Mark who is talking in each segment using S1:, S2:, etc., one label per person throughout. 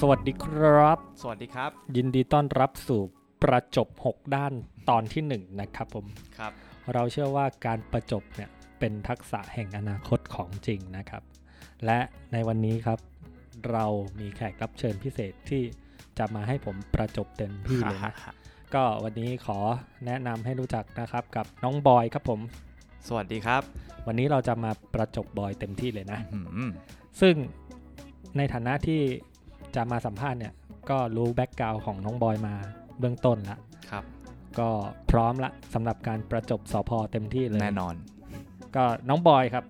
S1: สวัสดีครับ
S2: สวัสดีครับ
S1: ยินดีต้อนรับสู่ประจบ 6 ด้านตอนที่ 1 นะครับผม
S2: ครับ
S1: เราเชื่อว่าการประจบเนี่ยเป็นทักษะแห่งอนาคตของจริงนะครับ และในวันนี้ครับ เรามีแขกรับเชิญพิเศษที่จะมาให้ผมประจบเต็มที่เลยนะ ก็วันนี้ขอแนะนำให้รู้จักนะครับกับน้องบอยครับผม
S2: สวัสดีครับ
S1: วันนี้เราจะมาประจบบอยเต็มที่เลยนะ
S2: อืม
S1: ซึ่งในฐานะที่จะมาสัมภาษณ์เนี่ยก็รู้แบ็กกราวน์ของน้องบอยมาเบื้องต้นละ
S2: ครับ
S1: ก็พร้อมละสำหรับการประจบสอพอเต็มที่เลย
S2: แน่นอน
S1: ก็น้องบอยครับ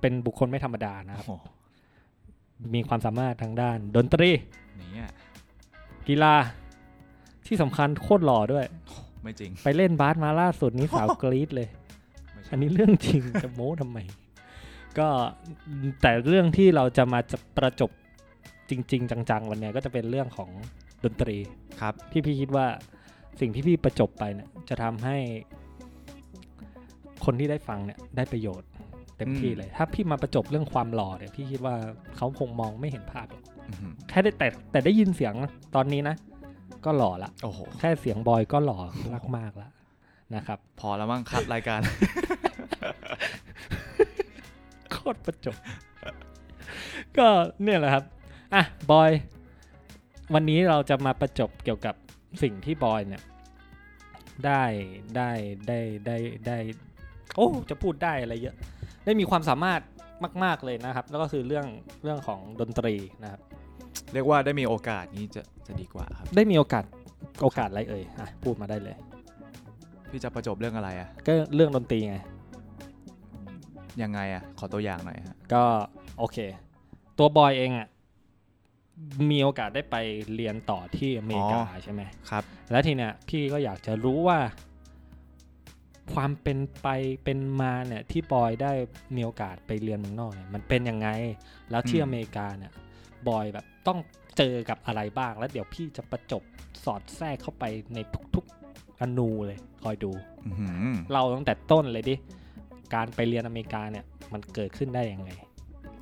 S1: เป็นบุคคลไม่ธรรมดานะค
S2: โอ้
S1: รับ
S2: โห
S1: มีความสามารถทางด้าน ดนตรี
S2: เนี่ย
S1: กีฬา ที่สำคัญโคตรหล่อด้วย
S2: ไม่จริง
S1: ไปเล่นบาสมาล่าสุดนี้สาว กรี๊ดเลย
S2: ไม่ใช่
S1: อันนี้เรื่องจริง จะโม้ทำไม ก็แต่เรื่องที่เราจะมาจะประจบจริง ๆ จัง ๆ วันเนี้ยก็จะเป็นเรื่องของดนตรี
S2: ครับ
S1: ที่พี่คิดว่าสิ่งที่พี่ประจบไปเนี่ยจะทำให้ คนที่ได้ฟังเนี่ยได้ประโยชน์เต็มที่
S2: อืม
S1: เลย ถ้าพี่มาประจบเรื่องความหล่อเนี่ยพี่คิดว่าเขาคงมองไม่เห็นภาพหรอก
S2: อื้อหือ
S1: แค่ได้แต่แต่ได้ยินเสียงตอนนี้นะ ก็หล่อละ
S2: โอ้โห
S1: แค่เสียงบอยก็หล่อมากมากๆละนะครับ
S2: พอแล้วมั้ง ครับรายการ
S1: โคตรประจบ ก็เนี่ยแหละครับอ่ะบอย วันนี้เราจะมาประจบเกี่ยวกับสิ่งที่บอยเนี่ย ได้ได้ได้ได้ได้ โอ้จะพูดได้อะไรเยอะ ได้มีความสามารถมาก ๆเลยนะครับ แล้วก็คือเรื่องเรื่องของดนตรีนะครับ
S2: เรียกว่าได้มีโอกาสนี้จะจะดีกว่าครับ
S1: ได้มีโอกาสโอกาสอะไรเอ่ยอ่ะพูดมาได้เลย
S2: พี่จะประจบเรื่องอะไรอะ
S1: ก็เรื่องดนตรีไง
S2: ยังไงอะขอตัวอย่างหน่อยฮะ
S1: ก็โอเค ตัวบอยเองอะ่ะมีโอกาสได้ไปเรียนต่อที่อเมริกาใช่ไหม
S2: ครับ
S1: แล้วทีเนี้ยพี่ก็อยากจะรู้ว่า ความเป็นไปเป็นมาเนี่ยที่บอยได้มีโอกาสไปเรียนเมืองนอกเนี่ยมันเป็นยังไง แล้วที่
S2: อืม
S1: อเมริกาเนี่ยบอยแบบต้องเจอกับอะไรบ้าง แล้วเดี๋ยวพี่จะประจบสอดแทรกเข้าไปในทุกๆอนูเลยคอยดู
S2: อื้อหือ
S1: เราตั้งแต่ต้นเลยดิการไปเรียนอเมริกาเนี่ยมันเกิดขึ้นได้ยังไง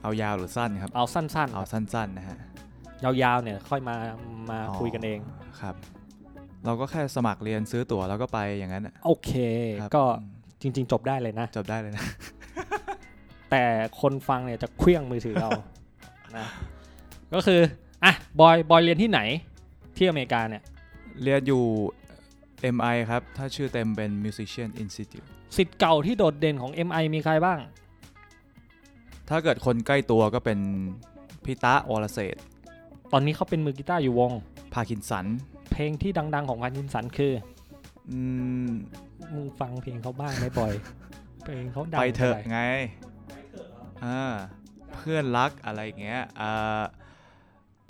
S2: เอายาวหรือสั้นครับ
S1: เอาสั้นๆ
S2: เอาสั้นๆนะฮะ
S1: ยาวๆเนี่ยค่อยมามาคุยกันเอง
S2: ครับ เราก็แค่สมัครเรียนซื้อตั๋วแล้วก็ไปอย่างนั้นอะ
S1: โอเค
S2: ครับ
S1: ก็
S2: อืม
S1: จริง ๆ จบได้เลยนะ
S2: จบได้เลยนะ
S1: แต่คนฟังเนี่ยจะเคลี้ยงมือถือเรา นะก็คืออ่ะบอยบอยเรียนที่ไหน ที่อเมริกาเนี่ย
S2: เรียนอยู่ MI ครับ ถ้าชื่อเต็มเป็น Musician Institute
S1: สิทธิ์เก่าที่โดดเด่นของ MI มีใครบ้าง
S2: ถ้าเกิดคนใกล้ตัวก็เป็นพี่ตะวรเศรษฐ์
S1: ตอนนี้เขาเป็นมือกีตาร์อยู่วง
S2: พาคินสัน
S1: เพลงที่ดัง ๆ ของพาร์ทินสันคือ
S2: อืม
S1: มึงฟังเพลงเขาบ้างไหมบอย เพลงเขาดัง
S2: ไปเถอะ
S1: ท่าหร่
S2: ไงอ่าเพื่อนรักอะไรอย่างเงี้ยอ่า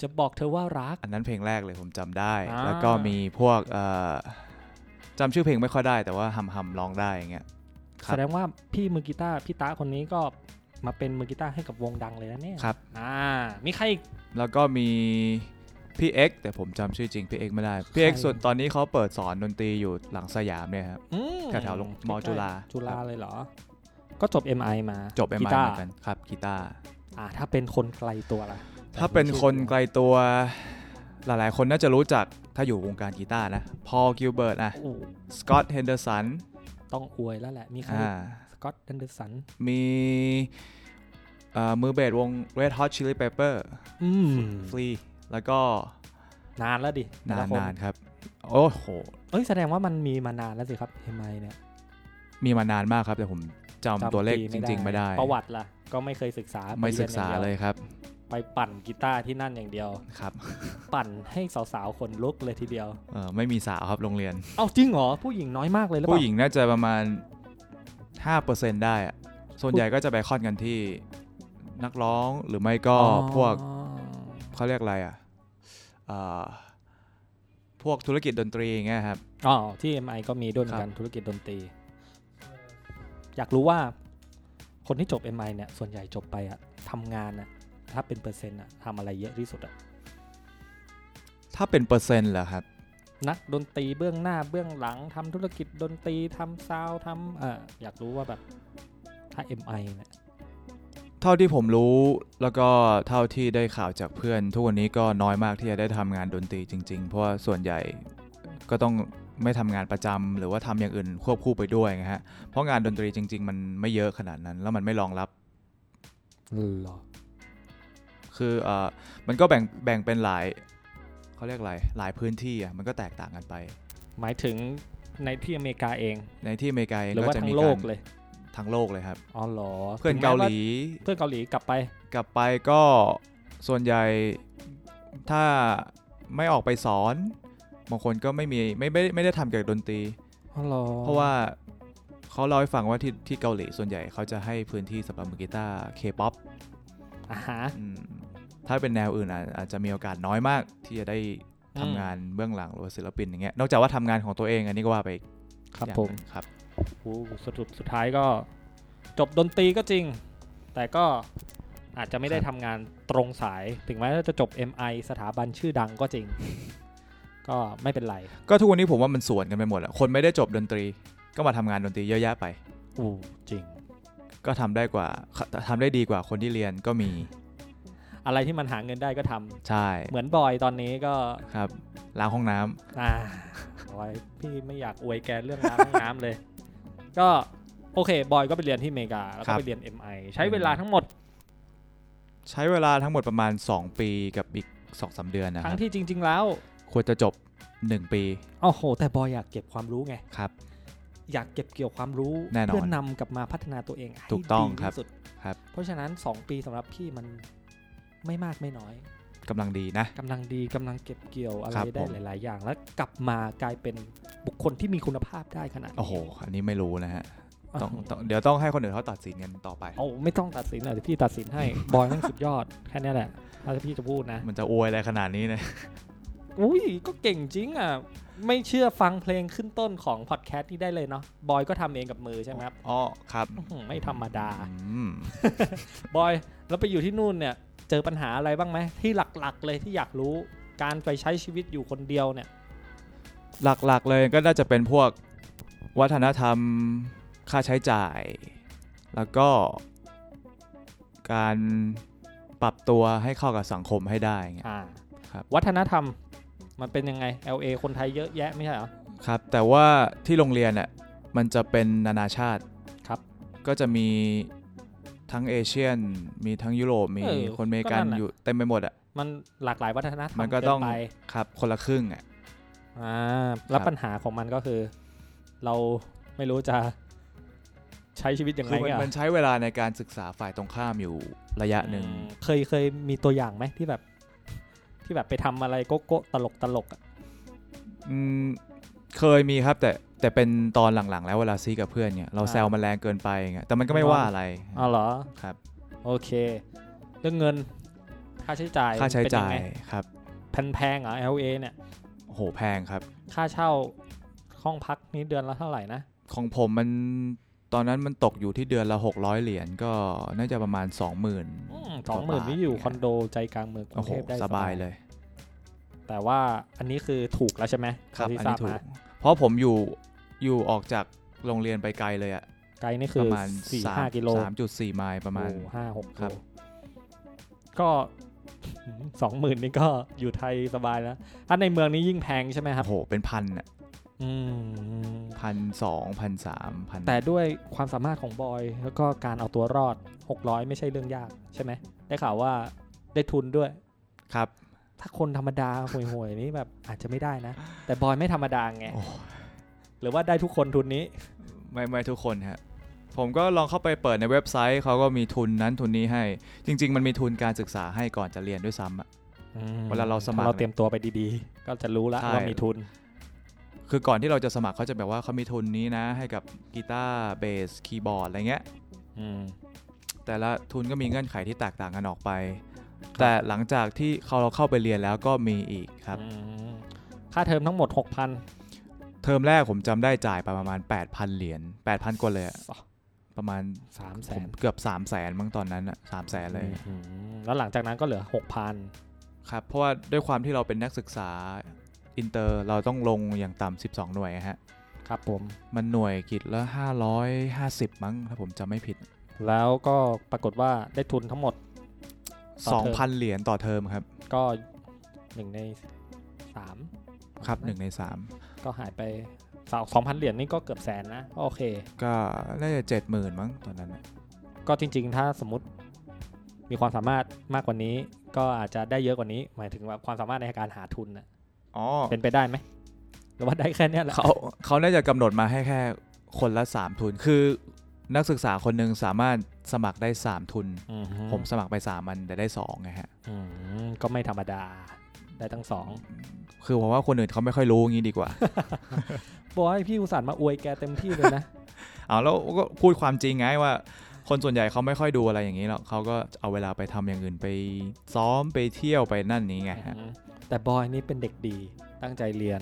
S1: จะบอกเธอว่ารัก
S2: อันนั้นเพลงแรกเลยผมจำได้
S1: อ่า
S2: แล้วก็มีพวกเอ่อจำชื่อเพลงไม่ค่อยได้แต่ว่าหำหำร้องได้อย่างเงี้ย ครับ
S1: แสดงว่าพี่มือกีตาร์พี่ตาคนนี้ก็มาเป็นมือกีตาร์ให้กับวงดังเลยนะเนี่ย
S2: ครับ
S1: อ่า มีใครอีก
S2: แล้วก็มีพี่เอ็กซ์แต่ผมจำชื่อจริงพี่เอ็กซ์ไม่ได้ พี่เอ็กซ์
S1: ใคร
S2: ส่วนตอนนี้เขาเปิดสอนดนตรีอยู่หลังสยามเนี่ยครับ
S1: อืม
S2: แถวๆโรงมอจุฬา
S1: จุฬาเลยเหรอ ก็จบ MI มา
S2: จบ MI
S1: กี
S2: เห
S1: ตาร์
S2: มือนกันครับกีตาร์
S1: อ่า ถ้าเป็นคนไกลตัวล่ะ
S2: ถ้าเป็นคนไกลตัวหลายๆ คนน่าจะรู้จักถ้าอยู่วงการกีตาร์นะ พอลกิลเบิร์ตนะ
S1: อู้
S2: สกอตเฮนเดอร์สัน
S1: ต้องอวยแล้วแหละ มีใคร
S2: อ่า
S1: สกอตแอนเดอร์สัน
S2: มีเอ่อมือเบสวง Red Hot Chili Pepper
S1: อืม
S2: ฟรีแล้วก็
S1: นานแล้วดิแต่
S2: นา
S1: ละ
S2: น
S1: ค
S2: ๆครับ โอ้โห
S1: เอ้ย แสดงว่ามันมีมานานแล้วสิครับ MI เนี่ย
S2: มีมานานมากครับ แต่ผมจำตัวเลข
S1: ปี
S2: จริง ๆ ไม่ได้
S1: ประวัติล่ะ ก็ไม่เคยศึกษา
S2: ไม่ศึกษา
S1: ไปรีนองดีว
S2: เลยครับ
S1: ไปปั่นกีตาร์ที่นั่นอย่างเดียว
S2: ครับ
S1: ปั่นให้สาวๆ คนลุกเลยทีเดียว
S2: เอ่อไม่มีสาวครับโรงเรียน
S1: เอ้าจริงเหรอ ผู้หญิงน้อยมากเลยหรือเป
S2: ผู้
S1: ล่า
S2: หญิงน่าจะประมาณ 5%ได้อะ ส่วนใหญ่ก็จะไปคอนกันที่นักร้องหรือไม่ก็พวกเขาเรียกอะไรอ่ะเอ่อพวกธุรกิจดนตรีอย่างเงี้ยครับ
S1: อ๋อที่ MI ก็มีด้วยเหมือนกันธุรกิจดนตรี อยากรู้ว่าคนที่จบ MI เนี่ย ส่วนใหญ่จบไปอะทำงานอะถ้าเป็นเปอร์เซ็นต์อะทำอะไรเยอะที่สุดอะ
S2: ถ้าเป็นเปอร์เซ็นต์เหรอครับ
S1: นักดนตรีเบื้องหน้าเบื้องหลังทำธุรกิจดนตรีทำซาวด์ทำเอ่ออยากรู้ว่าแบบถ้า MI เนี่ย
S2: เท่าที่ผมรู้แล้วก็เท่าที่ได้ข่าวจากเพื่อน ทุกวันนี้ก็น้อยมากที่จะได้ทำงานดนตรีจริง ๆ เพราะว่าส่วนใหญ่ก็ต้องไม่ทำงานประจำหรือว่าทำอย่างอื่นควบคู่ไปด้วยไงฮะเพราะงานดนตรีจริง ๆ มันไม่เยอะขนาดนั้น แล้วมันไม่รองรับ
S1: หรอ
S2: คือเอ่อมันก็แบ่งแบ่งเป็นหลายเขาเรียกอะไรหลายพื้นที่อ่ะมันก็แตกต่างกันไป
S1: หมายถึงในที่อเมริกาเอง
S2: ในที่อเมริกาเอง
S1: หรือ
S2: ก็
S1: ว่า
S2: จะ
S1: ทั้
S2: มี
S1: งโล
S2: กาก ร
S1: เลย
S2: ทั้งโลกเลยครับ
S1: อ๋อเหรอ
S2: เพื่อน
S1: ถึงแม้
S2: เกาห
S1: ว่
S2: ลี
S1: เพื่อนเกาหลีกลับไป
S2: กลับไปก็ส่วนใหญ่ถ้าไม่ออกไปสอนบางคนก็ไม่มีไม่ไม่ไม่ได้ทำเกี่ยวกับดนตรี
S1: อ๋อเหรอ
S2: เพราะว่าเขาเล่าให้ฟังว่าที่ที่เกาหลีส่วนใหญ่เขาจะให้พื้นที่สำหรับมือกีตาร์เคป๊อป
S1: อ่าฮะ
S2: ถ้าเป็นแนวอื่นอาจอาจจะมีโอกาสน้อยมากที่จะได้ทำงานเบื้องหลังหรือว่าศิลปินอย่างเงี้ยนอกจากว่าทำงานของตัวเองอันนี้ก็ว่าไปอีก
S1: ครับ
S2: อย่าง
S1: ผม
S2: หนึ่งครับ
S1: โอ้สรุปสุดท้ายก็จบดนตรีก็จริง แต่ก็อาจจะไม่ได้ทำงานตรงสาย ถึงแม้ว่าจะจบ MI สถาบันชื่อดังก็จริง ก็ไม่เป็นไร
S2: ก็ทุกวันนี้ผมว่ามันสวนกันไปหมดอะคนไม่ได้จบดนตรีก็มาทำงานดนตรีเยอะแยะไป
S1: อู้จริง
S2: ก็ทำได้กว่าทำได้ดีกว่าคนที่เรียนก็มี
S1: อะไรที่มันหาเงินได้ก็ทำ
S2: ใช่
S1: เหมือนบอยตอนนี้ก็
S2: ครับล้างห้องน้ำ
S1: อ่าบอยพี่ไม่อยากอวยแกเรื่องน้ำห้องน้ำเลย ก็โอเค บอยก็ไปเรียนที่อเมริกา แล้วก็ไปเรียน MI ใช้เวลาทั้งหมด
S2: ใช้เวลาทั้งหมดประมาณ 2 ปีกับอีก2อสเดือนนะค
S1: ทั้
S2: รั
S1: ง
S2: บ
S1: ที่จริง ๆ แล้ว
S2: ควรจะจบ 1 ปี
S1: โอ้โห แต่บอยอยากเก็บความรู้ไง
S2: ครับ
S1: อยากเก็บเกี่ยวความรู้
S2: แน่นอน
S1: เพื่อนำกลับมาพัฒนาตัวเองให้
S2: ถูกต้อง
S1: ดี
S2: ครับ
S1: ที่สุด
S2: ครับ
S1: เพราะฉะนั้น 2 ปีสำหรับพี่มันไม่มากไม่น้อย
S2: กำลังดีนะ
S1: กำลังดีกำลังเก็บเกี่ยวอะไร
S2: ครับ
S1: ได้
S2: ผม
S1: หลาย ๆ อย่าง แล้วกลับมากลายเป็นบุคคลที่มีคุณภาพได้ขนาดนี้
S2: โอ้โห อันนี้ไม่รู้นะฮะ
S1: าว
S2: ต้องต้องเดี๋ยวต้องให้คนอื่นเขาตัดสินกันต่อไป
S1: เอาไม่ต้องตัดสินเลยพี่ตัดสิน ให้ บอยแม่งสุดยอดแค่เนี้ยแหละถ้าพี่จะพูดนะ
S2: มันจะอวยอะไรขนาดนี้นะ
S1: อุ้ยก็เก่งจริงอ่ะไม่เชื่อฟังเพลงขึ้นต้นของพอดแคสต์นี่ได้เลยเนาะบอยก็ทำเองกับมือใช่ไหมครับ
S2: อ๋อครับ
S1: อื้อหือไม่ธรรมดา
S2: อืม
S1: บอย แล้วไปอยู่ที่นู่นเนี่ย เจอปัญหาอะไรบ้างไหมที่หลักๆ เลยที่อยากรู้การไปใช้ชีวิตอยู่คนเดียวเนี่ย
S2: หลักๆเลยก็น่าจะเป็นพวกวัฒนธรรมค่าใช้จ่าย แล้วก็การปรับตัวให้เข้ากับสังคมให้ได้เงี้ย
S1: อ่า
S2: ครับ
S1: วัฒนธรรมมันเป็นยังไง LA คนไทยเยอะแยะไม่ใช่เหรอ
S2: ครับแต่ว่าที่โรงเรียนน่ะมันจะเป็นนานาชาติ
S1: ครับ
S2: ก็จะมีทั้งเอเชียน มีทั้งยุโรปมี
S1: เออ
S2: คนอเมริกั
S1: ก็
S2: น
S1: นั่นน่ะ
S2: อยู่เต็มไปหมดอ่ะ
S1: มันหลากหลายวัฒนธรรม
S2: มันก็ต้อง
S1: เไป
S2: ครับ คนละครึ่งอ่ะ
S1: อ่าแล้ว
S2: ครับ
S1: ปัญหาของมันก็คือ เราไม่รู้จะใช้ชีวิตยัง
S2: คื
S1: ไง
S2: อมัน
S1: อ่ะ
S2: มันใช้เวลาในการศึกษาฝ่ายตรงข้ามอยู่ระยะหนึ่ง
S1: อืมเคยเคยมีตัวอย่างไหมที่แบบ ที่แบบไปทำอะไรโก๊ะๆตลกตลกๆอะ
S2: อืมเคยมีครับแต่แต่เป็นตอนหลังๆ แล้วเวลาซีกับเพื่อนเนี่ยเราแซวมันแรงเกินไปอย่างเงี้ยแต่มันก็ไม่ว่าอะไร
S1: อ๋อเหรอ
S2: ครับ
S1: โอเค เรื่องเงินค่าใช้จ่าย
S2: ค่าใช้จ่าย
S1: เป็นงไง
S2: ครับ
S1: แพงๆเหรอ LA เนี่ย
S2: โอ้โหแพงครับ
S1: ค่าเช่าห้องพักนี้เดือนละเท่าไหร่นะ
S2: ของผมมันตอนนั้นมันตกอยู่ที่เดือนละ 600 เหรียญก็น่าจะประมาณ 20,000
S1: สองหมื่น
S2: กว่าบาท
S1: นี่อยู่คอนโดใจกลางเมืองกรุ
S2: โอ้
S1: ง
S2: โห
S1: เทพได้
S2: สบายเลย
S1: แต่ว่าอันนี้คือถูกแล้วใช่ไหม
S2: ครับ
S1: เท่าที่
S2: อัน
S1: ทราบ
S2: นี้ถู
S1: มาก
S2: เพราะผมอยู่อยู่ออกจากโรงเรียนไปไกลเลยอะ
S1: ไกลนี่
S2: ป
S1: คือ
S2: ระมาณ
S1: สี่
S2: สาม
S1: ห้ากิโล
S2: สามจุดสี่ไมล์ประมาณ
S1: โอ้โห้าหกกิ
S2: ค
S1: โล
S2: รับ
S1: ก็ สองหมื่นนี่ก็อยู่ไทยสบายแล้วถ้าในเมืองนี้ยิ่งแพงใช่ไหมครับ
S2: โอ้โห เป็นพันอะ
S1: อืม
S2: พันสองพันสามพัน
S1: แต่ด้วยความสามารถของบอย แล้วก็การเอาตัวรอด 600 ไม่ใช่เรื่องยากใช่ไหมได้ข่าวว่าได้ทุนด้วย
S2: ครับ
S1: ถ้าคนธรรมดา ห่วยๆนี่แบบอาจจะไม่ได้นะ แต่บอยไม่ธรรมดาไง
S2: โอ้
S1: หรือว่าได้ทุกคนทุนนี้
S2: ไม่ไม่ทุกคนฮะ ผมก็ลองเข้าไปเปิดในเว็บไซต์เขาก็มีทุนนั้นทุนนี้ให้ จริง ๆ มันมีทุนการศึกษาให้ก่อนจะเรียนด้วยซ้ำอะ เวลาเราสมัคร
S1: ถ้เราเตรียมตัวไปดีๆ ก็จะรู้ละ
S2: ใช่
S1: ว่ามีทุน
S2: คือก่อนที่เราจะสมัครเขาจะแบบว่าเขามีทุนนี้นะ ให้กับกีตาร์เบสคีย์บอร์ดอะไรเงี้ย
S1: อืม
S2: แต่ละทุนก็มีเงื่อนไขที่แตกต่างกันออกไป
S1: ครับ
S2: แต่หลังจากที่เขาเราเข้าไปเรียนแล้วก็มีอีกครับ
S1: อืมค่าเทอมทั้งหมดหกพัน
S2: เทอมแรกผมจำได้จ่ายไปประมาณ 8,000 เหรียญ8,000กว่าเลยอะ
S1: อ๋อ
S2: ประมาณ
S1: สามแส
S2: ผม
S1: น
S2: เกือบ 3 0 0แสนมั้งตอนนั้นอะสามแสนเลย
S1: แล้วหลังจากนั้นก็เหลือหกพัน
S2: ครับ เพราะว่าด้วยความที่เราเป็นนักศึกษาอินเตอร์เราต้องลงอย่างต่ำ12 หน่วยฮะ
S1: ครับผม
S2: มันหน่วยกิจละ550 มั้งถ้าผมจำไม่ผิด
S1: แล้วก็ปรากฏว่าได้ทุนทั้งหมด ต่อเทอม
S2: 2,000 เหรียญต่อเทอมครับ
S1: ก็หนึ่งในสาม
S2: ครับหนึ่งในสาม
S1: ก็หายไปสองพันเหรียญนี่ก็เกือบแสนนะก็โอเค
S2: ก็น่าจะเจ็ดหมื่นมั้งตอนนั้นอะ
S1: ก็จริง ๆ ถ้าสมมติมีความสามารถมากกว่านี้ ก็อาจจะได้เยอะกว่านี้ หมายถึงว่าความสามารถในการหาทุนนะ
S2: อ๋อ
S1: เป็นไปได้ไหมหรือว่าได้แค่เนี้ยแหละ
S2: เขาเขาน่าจะกำหนดมาให้แค่คนละ 3 ทุน คือนักศึกษาคนหนึ่งสามารถสมัครได้ 3 ทุน
S1: อื
S2: ผมสมัครไป 3 มันแต่ได้2ไงฮะ
S1: อืมก็ไม่ธรรมดาได้ทั้งสอง
S2: คือผมว่าคนอื่นเขาไม่ค่อยรู้งี้ดีกว่า
S1: บอกให้พี่อุตส่าห์มาอวยแกเต็มที่เลยนะ
S2: เอาแล้วก็พูดความจริงไงว่า คนส่วนใหญ่เขาไม่ค่อยดูอะไรอย่างนี้หรอกเขาก็เอาเวลาไปทำอย่างอื่นไปซ้อมไปเที่ยวไปนั่นนี้ ไงฮะ
S1: แต่บอยนี่เป็นเด็กดีตั้งใจเรียน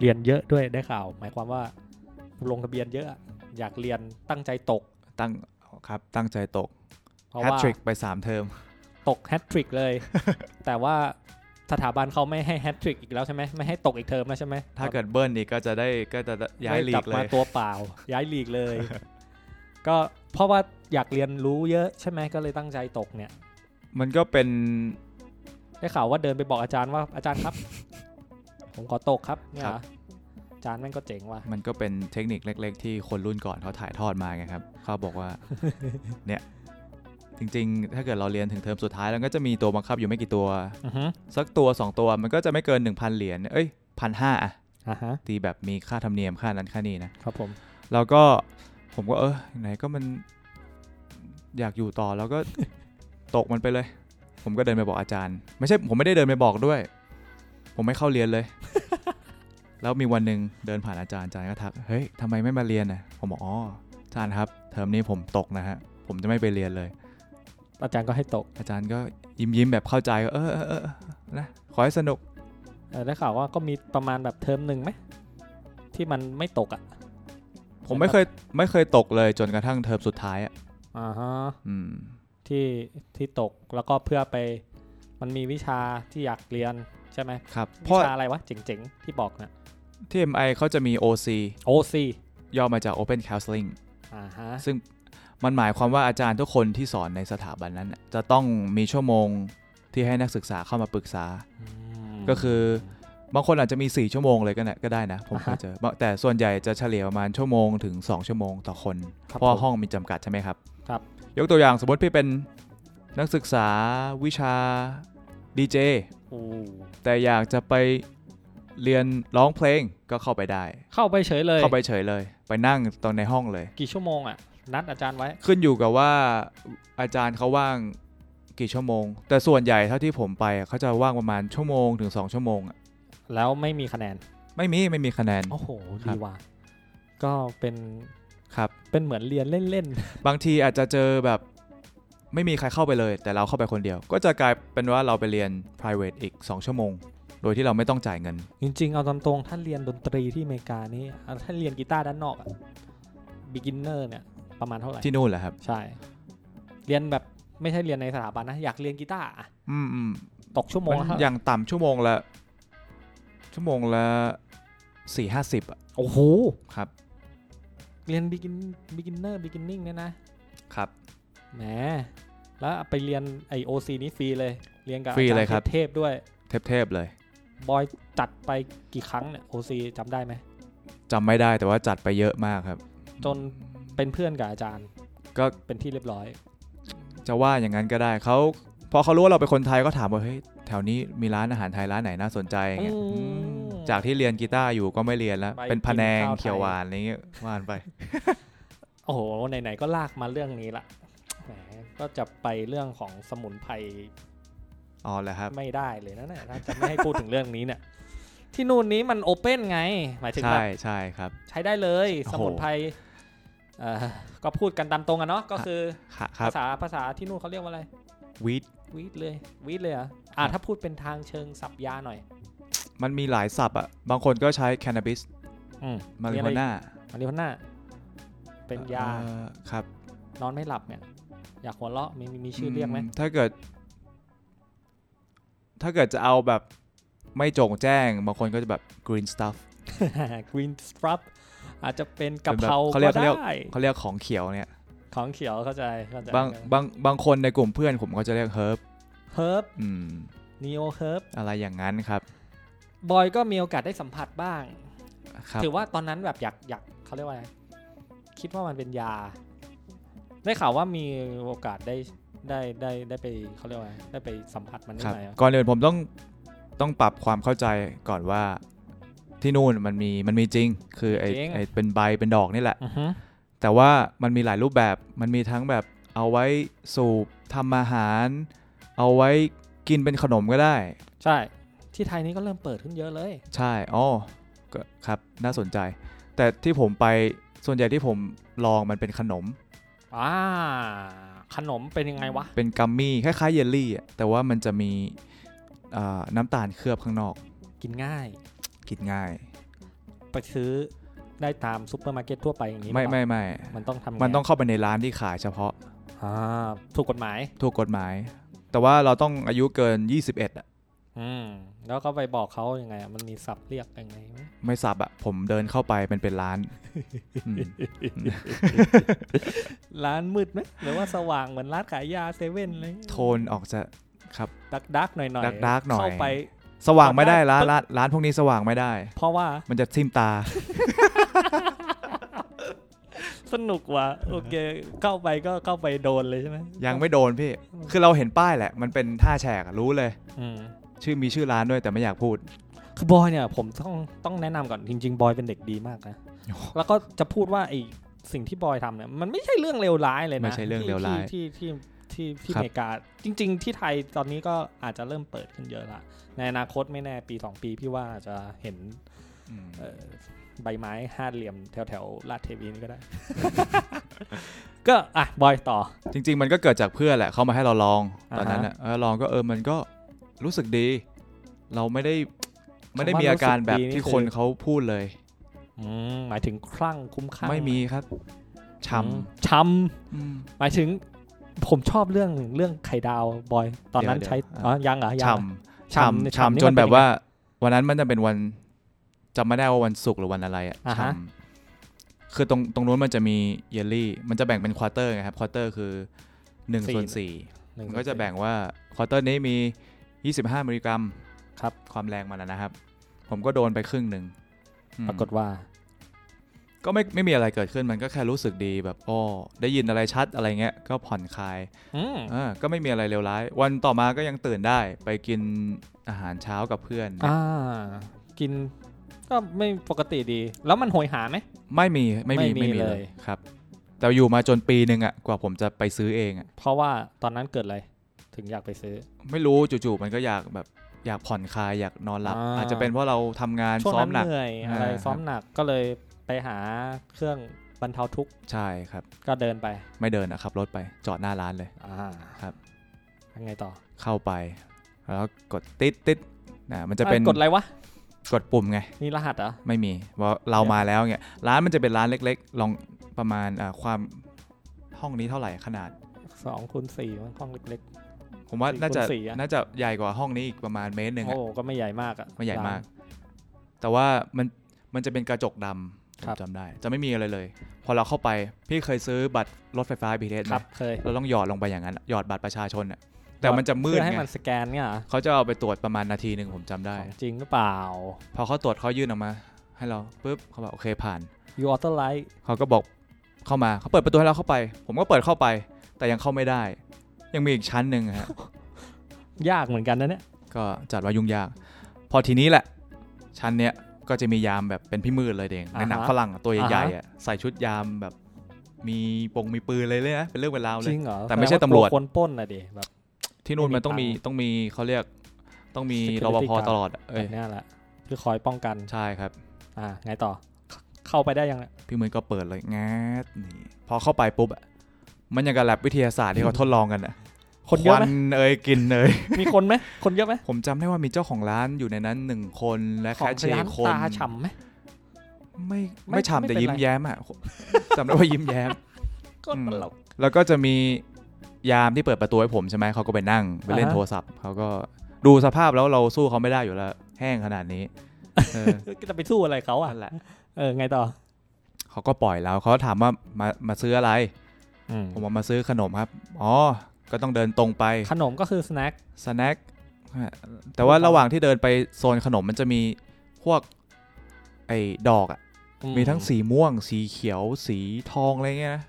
S1: เรียนเยอะด้วยได้ข่าว หมายความว่าลงทะเบียนเยอะอะอยากเรียนตั้งใจตก
S2: ตั้งครับตั้งใจตก
S1: เพราะ
S2: แฮต
S1: ว่า
S2: ทริกไปสามเทอม
S1: ตกแฮตทริก เลย แต่ว่าสถาบันเขาไม่ให้แฮตทริกอีกแล้วใช่ไหมไม่ให้ตกอีกเทอมแล้วใช่ไหม
S2: ถ้าเกิดเบิ้ลอีกก็จะได้ก็จะย้าย
S1: ไม่
S2: ลี
S1: กลั
S2: ก
S1: บ
S2: เล
S1: มาย ตัวเปล่า ย้ายลีกเลย ก็เพราะว่าอยากเรียนรู้เยอะใช่ไหมก็เลยตั้งใจตกเนี่ย
S2: มันก็เป็น
S1: ได้ข่าวว่าเดินไปบอกอาจารย์ว่าอาจารย์ครับ ผมขอตกครับเนี่ย
S2: ครับ
S1: เหรออาจารย์แม่งก็เจ๋ง ว่ะ
S2: มันก็เป็นเทคนิคเล็ก ๆ ที่คนรุ่นก่อนเขาถ่ายทอดมาไงครับ เขาบอกว่า เนี่ย จริง ๆ ถ้าเกิดเราเรียนถึงเทอมสุดท้ายแล้วก็จะมีตัวบังคับอยู่ไม่กี่ตัว
S1: อือฮึ
S2: สักตัว 2 ตัวมันก็จะไม่เกิน 1,000 เหรียญเอ้ยพันห้าอะ
S1: อ่าฮะ
S2: ตีแบบมีค่าธรรมเนียมค่านั้นค่านี้นะครับ
S1: ผม
S2: แล้วก็ผมก็เออไหนก็มันอยากอยู่ต่อแล้วก็ ตกมันไปเลย ผมก็เดินไปบอกอาจารย์ ไม่ใช่ผมไม่ได้เดินไปบอกด้วย ผมไม่เข้าเรียนเลย แล้วมีวันหนึ่งเดินผ่านอาจารย์อาจารย์ก็ทักเฮ้ยทำไมไม่มาเรียนน่ะผมบอกอ๋ออาจารย์ครับ เทอมนี้ผมตกนะฮะผมจะไม่ไปเรียนเลย
S1: อาจารย์ก็ให้ตก
S2: อาจารย์ก็ยิ้มยิ้มๆแบบเข้าใจก็เออเออเออเออนะขอให้สนุก
S1: เออได้ข่าวว่าก็มีประมาณแบบเทอมหนึ่งไหมที่มันไม่ตกอ่ะ
S2: ผมไม่เคยไม่เคยตกเลยจนกระทั่งเทอมสุดท้ายอ่ะ
S1: อ่าฮะ
S2: อืม
S1: ที่ที่ตกแล้วก็เพื่อไป มันมีวิชาที่อยากเรียนใช่ไหม
S2: ครับเพ
S1: วิ
S2: ราะ
S1: ชาอะไรวะเจ๋งๆ ที่บอกนะ
S2: ที่ MI เขาจะมี OC
S1: โอซี
S2: ย่อมาจาก Open Counseling
S1: อ่าฮะ
S2: ซึ่งมันหมายความว่าอาจารย์ทุกคนที่สอนในสถาบันนั้นน่ะจะต้องมีชั่วโมงที่ให้นักศึกษาเข้ามาปรึกษา
S1: อืม
S2: ก็คือบางคนอาจจะมี 4 ชั่วโมงเลยก็ได้ก็ได้นะ ผม
S1: อ่า
S2: เค
S1: ฮะ
S2: ยเจอบางแต่ส่วนใหญ่จะเฉลี่ยประมาณชั่วโมงถึง 2 ชั่วโมงต่อคน
S1: ครับ
S2: เพราะ
S1: ผม
S2: ห้องมีจำกัดใช่ไหมครับ
S1: ครับ
S2: ยกตัวอย่างสมมติพี่เป็นนักศึกษาวิชาดีเจ
S1: โอ้
S2: แต่อยากจะไปเรียนร้องเพลงก็เข้าไปได้
S1: เข้าไปเฉยเลย
S2: เข้าไปเฉยเลย ไปนั่งตรงในห้องเลย
S1: กี่ชั่วโมงอ่ะนัดอาจารย์ไว้
S2: ขึ้นอยู่กับว่าอาจารย์เขาว่างกี่ชั่วโมง แต่ส่วนใหญ่เท่าที่ผมไปอะเขาจะว่างประมาณชั่วโมงถึง 2 ชั่วโมงอะ
S1: แล้วไม่มีคะแนน
S2: ไม่มีไม่มีคะแนน
S1: โอ้โห
S2: ครั
S1: ดี
S2: บ
S1: ว่ะก็เป็น
S2: ครับ
S1: เป็นเหมือนเรียนเล่น
S2: บางทีอาจจะเจอแบบไม่มีใครเข้าไปเลย แต่เราเข้าไปคนเดียว ก็จะกลายเป็นว่าเราไปเรียน private อีก 2 ชั่วโมง โดยที่เราไม่ต้องจ่ายเงิน
S1: ๆจริง ๆ เอาตามตรงถ้าเรียนดนตรีที่อเมริกานี่อ่ะถ้าเรียนกีตาร์ด้านนอกอ่ะ beginner เนี่ยประมาณเท่าไหร่
S2: ที่นู่นแหละครับ
S1: ใช่ เรียนแบบไม่ใช่เรียนในสถาบันนะ อยากเรียนกีตาร์อะ
S2: อืมอืม
S1: ตกชั่วโม
S2: มั
S1: ง
S2: น
S1: ละ
S2: อย่างต่ำชั่วโมงละ ชั่วโมงละสี่ห้าสิบ
S1: โอ้โห
S2: ครับ
S1: เรียน begin beginner beginning เนี่ยนะครับ แหมแล้วไปเรียนไอโอซีนี้ฟรีเลย เรียนกับ
S2: ฟรีเลย
S1: อาจา
S2: ครับ
S1: เทพด้วย
S2: เทพๆเลย
S1: บอยจัดไปกี่ครั้งเนี่ยโอซีจำได้ไหม
S2: จำไม่ได้แต่ว่าจัดไปเยอะมากครับ
S1: จน เป็นเพื่อนกับอาจารย์
S2: ก็
S1: เป็นที่เรียบร้อย
S2: จะว่าอย่างนั้นก็ได้เขาพอเขารู้ว่าเราเป็นคนไทยก็ถามว่าเฮ้ยแถวนี้มีร้านอาหารไทยร้านไหนน่าสนใจอย่างเงี้ย
S1: อืม
S2: อืมจากที่เรียนกีตาร์อยู่ก็ไม่เรียนแล้ว
S1: ไป
S2: เป็นพะแนง
S1: กินข้าวไทย
S2: เขียวหวานอะไรเงี้ยว่านไป
S1: โอ้โห ไหนๆ ก็ลากมาเรื่องนี้ละ แหม ก็จะไปเรื่องของสมุนไพร
S2: อ๋อแหละครับ
S1: ไม่ได้เลยนะเนี่ยถ้าจะไม่ให้พูดถึงเรื่องนี้เนี่ย ที่นู่นนี้มันโอเ n นไง หมายถึงแบ
S2: ใช่
S1: บ
S2: ใช่ครับ
S1: ใช้ได้เลย สมุนไพรเอ่อ ก็พูดกันตามตรงอะเนาะก็คือ
S2: ค่ะครับ
S1: ภาษาภาษาที่นู่นเขาเรียกว่าอะไร
S2: วีด
S1: วีดเลยวีดเลยเหรอ่ะอ่าถ้าพูดเป็นทางเชิงศัพท์ยาหน่อย
S2: มันมีหลายศัพท์อ่ะ บางคนก็ใช้แค n น a บิส
S1: อืม
S2: มาริ
S1: อะ
S2: โ a
S1: ไร
S2: น่า
S1: มาริโฮน่าเป็นยา
S2: ครับ
S1: นอนไม่หลับเนี่ย อยากหัวเราะมีมีมีชื่อเรียกไหม
S2: มถ้าเกิด ถ้าเกิดจะเอาแบบไม่โจงแจ้ง บางคนก็จะแบบ green stuff
S1: green scrub อาจจะเป็นกะ
S2: เป็นแบบ
S1: เพรา
S2: เขาเรี
S1: ก็
S2: ยกเขาเรียก
S1: ได้
S2: เขาเรียกของเขียวเนี่ย
S1: ของเขียวเข้าใจเข้าใจ
S2: บางบางบางคนในกลุ่มเพื่อนผมก็จะเรียกเฮิร์บ
S1: เฮิร์บ
S2: อืม
S1: นีโอเฮิร์บ
S2: อะไรอย่างนั้นครับ
S1: บอยก็มีโอกาสได้สัมผัสบ้าง
S2: ครับ
S1: ถือว่าตอนนั้นแบบอยากอยากเขาเรียกว่าอะไรคิดว่ามันเป็นยา ได้ข่าวว่ามีโอกาสได้ได้ได้ได้ไปเขาเรียกว่าอะไรได้ไปสัมผัสมันนิ
S2: ค
S1: ด
S2: รับ
S1: หน่อยอะ
S2: ก่อนอื่นผมต้องต้องปรับความเข้าใจก่อนว่าที่นู่นมันมีมันมีจริง คือไอไอเป็นใบเป็นดอกนี่แหละ
S1: อือฮึ
S2: แต่ว่ามันมีหลายรูปแบบมันมีทั้งแบบเอาไว้สูบทำอาหาร เอาไว้กินเป็นขนมก็ได้
S1: ใช่ ที่ไทยนี้ก็เริ่มเปิดขึ้นเยอะเลย
S2: ใช่อ๋อก็ครับน่าสนใจ แต่ที่ผมไปส่วนใหญ่ที่ผมลองมันเป็นขนม
S1: อ่า ขนมเป็นยังไงวะ
S2: เป็นกัมมี่คล้ายๆเยลลี่อะแต่ว่ามันจะมีอ่าน้ำตาลเคลือบข้างนอก
S1: กินง่าย
S2: กินง่าย
S1: ไปซื้อได้ตามซุปเปอร์มาร์เก็ตทั่วไปอย่างนี้
S2: ไม่
S1: หรือเปล่า
S2: ไม่ไม่
S1: มันต้องทำไ
S2: มันต้องเข้าไปในร้านที่ขายเฉพาะ
S1: อ่าถูกกฎหมาย
S2: ถูกกฎหมาย แต่ว่าเราต้องอายุเกิน 21อะ
S1: อืม แล้วก็ไปบอกเขายังไงอะมันมีศัพท์เรียกยังไงไหม
S2: ไม่สับอะผมเดินเข้าไปมันเป็นร้านอื ม
S1: ร้านมืดไหมหรือว่าสว่างเหมือนร้านขายยาเซเว่นเลย
S2: โทนออกจะครับ
S1: ดักดักๆหน่อยหน่อย
S2: darkๆหน่อย
S1: เข้าไป
S2: สว่างไม่ได้
S1: พอได้
S2: ร้านร้านร้านพวกนี้สว่างไม่ได้
S1: เพราะว่า
S2: มันจะทิ่มตา
S1: สนุกว่ะโอเค เข้าไปก็เข้าไปโดนเลยใช่ไหม
S2: ยังไม่โดนพี่ คือเราเห็นป้ายแหละ มันเป็นท่าแฉกอะรู้เลย
S1: อืม
S2: ชื่อมีชื่อร้านด้วยแต่ไม่อยากพูด
S1: คือบอยเนี่ยผมต้องต้องแนะนำก่อนจริง ๆ บอยเป็นเด็กดีมากนะ
S2: โอ้โห
S1: แล้วก็จะพูดว่าไอสิ่งที่บอยทำเนี่ยมันไม่ใช่เรื่องเลวร้ายเลยนะ
S2: ไม่ใช่เรื่องเลวร้าย
S1: ที่ที่ที่ที่ที่อบ
S2: ครั
S1: เมริกาจริง ๆ ที่ไทยตอนนี้ก็อาจจะเริ่มเปิดขึ้นเยอะละในอนาคตไม่แน่ปี 2 ปีพี่ว่าจะเห็นเอ่อใบไม้ห้าเหลี่ยมแถวแถวๆลาดเทวีนี่ก็ได้ ก็อ่ะบอยต่อ
S2: จริง ๆ มันก็เกิดจากเพื่อนแหละเขามาให้เราลองตอนนั้น
S1: อ่าฮะ
S2: อะเออลองก็เออมันก็รู้สึกดี เราไม่ได้ไม่ได้มีอาการแบบที่คนเขาพูดเลย
S1: อืมหมายถึงคลั่งคุ้มค่า
S2: ไม่มีครับช้
S1: อืมช้ำ
S2: ำ
S1: หมายถึงผมชอบเรื่องหนึ่งเรื่องไข่ดาวบอย ตอนนั้น
S2: เดี๋ยว
S1: ใช้
S2: เดี๋ยว
S1: อ๋อยังเหรอยังเห
S2: ช้
S1: รอ
S2: ำ
S1: ช้ำช้ำ
S2: ช้ำช้ำ
S1: นี่
S2: จ
S1: มัน นเป็น
S2: แบบว่า วันนั้นมันจะเป็นวันจำไม่ได้ว่าวันศุกร์หรือวันอะไรอะ
S1: อ่าฮะ
S2: ช้ำคือตรงตรงนู้นมันจะมีเยลลี่ มันจะแบ่งเป็นควอเตอร์ไงครับควอเตอร์คือหนึ่งส่วนสี่
S1: หนึ่ง
S2: มันก็
S1: ส
S2: จะ
S1: อง
S2: แบ่งว่าควอเตอร์นี้มี 25มิลลิกรัม
S1: ครับ
S2: ความแรงมันอะนะครับ ผมก็โดนไปครึ่งหนึ่งอืม
S1: ปรากฏว่า
S2: ก็ไม่ไม่มีอะไรเกิดขึ้นมันก็แค่รู้สึกดีแบบอ้อได้ยินอะไรชัดอะไรเงี้ยก็ผ่อนคลาย
S1: อืม
S2: อ่าก็ไม่มีอะไรเลวร้าย วันต่อมาก็ยังตื่นได้ไปกินอาหารเช้ากับเพื่อน
S1: อ่า กิน ก็ไม่ปกติดี แล้วมันโหยหาไหม
S2: ไม่มีไม่มี
S1: ไม่มี
S2: ไม่มี
S1: เลย
S2: เลยครับ แต่อยู่มาจนปีหนึ่งอะกว่าผมจะไปซื้อเองอะ
S1: เพราะว่าตอนนั้นเกิดอะไร ถึงอยากไปซื้อ
S2: ไม่รู้จู่ๆมันก็อยากแบบอยากผ่อนคลายอยากนอนหลับ
S1: อ่า
S2: อาจจะเป็นเพราะเราทำงาน
S1: ช่วง
S2: ซ้อ
S1: นั้
S2: ม
S1: น
S2: หนัก
S1: เหนื่อยอะไร
S2: อ่า
S1: ซ้อมหนักก็เลยไปหาเครื่องบรรเทาทุกข์
S2: ใช่ครับ
S1: ก็เดินไป
S2: ไม่เดินอะขับรถไปจอดหน้าร้านเลย
S1: อ่า
S2: ครับ
S1: ยังไงต่อ
S2: เข้าไป แล้วกดติดติดนะมันจะเป็น
S1: อ่กดอะไรวะ
S2: กดปุ่มไง
S1: นี่รหัสเหรอ
S2: ไม่มีว่าเรามาแล้วเนี่ยร้านมันจะเป็นร้านเล็ก ๆ ลองประมาณอ่าความห้องนี้เท่าไหร่ขนาด
S1: สองคูณสี่มันห้องเล็ก
S2: ผมว่า
S1: สี่
S2: น่าจะ
S1: คูณสี่อะ
S2: น่าจะใหญ่กว่าห้องนี้อีกประมาณเมตรห
S1: ๆ
S2: นึ่ง
S1: โอ้
S2: อะ
S1: ก็ไม่ใหญ่มากอะ
S2: ไม่ใหญ่มาก
S1: ร้
S2: แต่ว่ามันมันจะเป็นกระจกดำผ
S1: ครั
S2: ม
S1: บ
S2: จำได้ จะไม่มีอะไรเลย พอเราเข้าไปพี่เคยซื้อบัตรรถไฟฟ้า BTS
S1: น
S2: ไห
S1: ค
S2: ม
S1: รับเคย
S2: เราต้องหยอดลงไปอย่างนั้นอะหยอดบัตรประชาชนอะแต่มันจะมืด
S1: เพื่อให้
S2: ไง
S1: มันสแกนเนี่ยเหรอ
S2: เขาจะเอาไปตรวจประมาณนาทีหนึ่งผมจำได้
S1: ของจริงหรือเปล่า
S2: พอเขาตรวจเขายื่นออกมา ให้เราปุ๊บเขาบอกโอเคผ่าน
S1: you auto light
S2: เขาก็บอกเข้ามาเขาเปิดประตูให้เราเข้าไป ผมก็เปิดเข้าไป แต่ยังเข้าไม่ได้ ยังมีอีกชั้นหนึ่ง ฮะ
S1: ยากเหมือนกันนะเนี่ย
S2: ก็จัดว่ายุ่งยาก พอทีนี้แหละ ชั้นเนี้ยก็จะมียามแบบเป็นพี่มืดเลยเดงในหนัง
S1: อ่าฮะ
S2: ฝรั่งอะตัวใหญ่
S1: อ่า
S2: ๆ
S1: ฮะ
S2: อะใส่ชุดยามแบบมีปงมีปืนเลยเลยนะเป็นเรื่องเป็นราวเล
S1: จ
S2: ย
S1: ริงเหรอ
S2: แต่ไม่ใช่
S1: แปลา
S2: ตำรวจ
S1: กคนปล้นนะดิแบบ
S2: ที่นู่นมันต้อง
S1: ไม่
S2: มี
S1: มี
S2: ต้องมีเขาเรียกต้องมี
S1: Security
S2: รปภ
S1: guard
S2: ตลอดอะ
S1: แบ
S2: เอ้ย
S1: บเนี้ยแหละคือคอยป้องกัน
S2: ใช่ครับ
S1: อ่าไงต่อ เข้าไปได้ยังเนี่ย
S2: พี่เหมือนก็เปิดเลยแงดนี่พอเข้าไปปุ๊บอะมันยังกับแลบวิทยาศาสตร์ที่เขาทดลองกันอะ
S1: คนเยอะไหม
S2: วัเอ่ยกลินเอ่ย
S1: มีคนไหมคนเยอะไหม
S2: ผมจำได้ว่ามีเจ้าของร้านอยู่ในนั้นหนึ่งคนและ
S1: ของ
S2: แคชเชีย
S1: ร้า
S2: ร์อี
S1: น
S2: กคน
S1: ตาฉ่ำไหม
S2: ไม่
S1: ไม่
S2: ไม่
S1: ไม่
S2: ฉ่ำแต่
S1: เป็น
S2: ยิ้ม
S1: ไร
S2: แย้มอ่ะ จำได้ว่ายิ้มแย้ม
S1: ก็ตลก
S2: แล้วก็จะมียามที่เปิดประตูให้ผมใช่ไหมเขาก็ไปนั่งไปเล่น
S1: อ่าฮะ
S2: โทรศัพท์เขาก็ดูสภาพแล้วเราสู้เขาไม่ได้อยู่แล้ว แห้งขนาดนี้เออ
S1: จะไปสู้อะไรเขาอ่ะ
S2: นั่นแหละ
S1: เออไงต่อ
S2: เขาก็ปล่อยเราเขาถามว่ามามาซื้ออะไร
S1: อืม
S2: ผมบอกมาซื้อขนมครับ อ๋อ ก็ต้องเดินตรงไป
S1: ขนมก็คือสแน็ค
S2: สแน็คแต่ว่าระหว่างที่เดินไปโซนขนมมันจะมีพวกไอ้ดอกอะมีทั้งสีม่วง สีเขียว สีทองอะไรเงี้ยนะ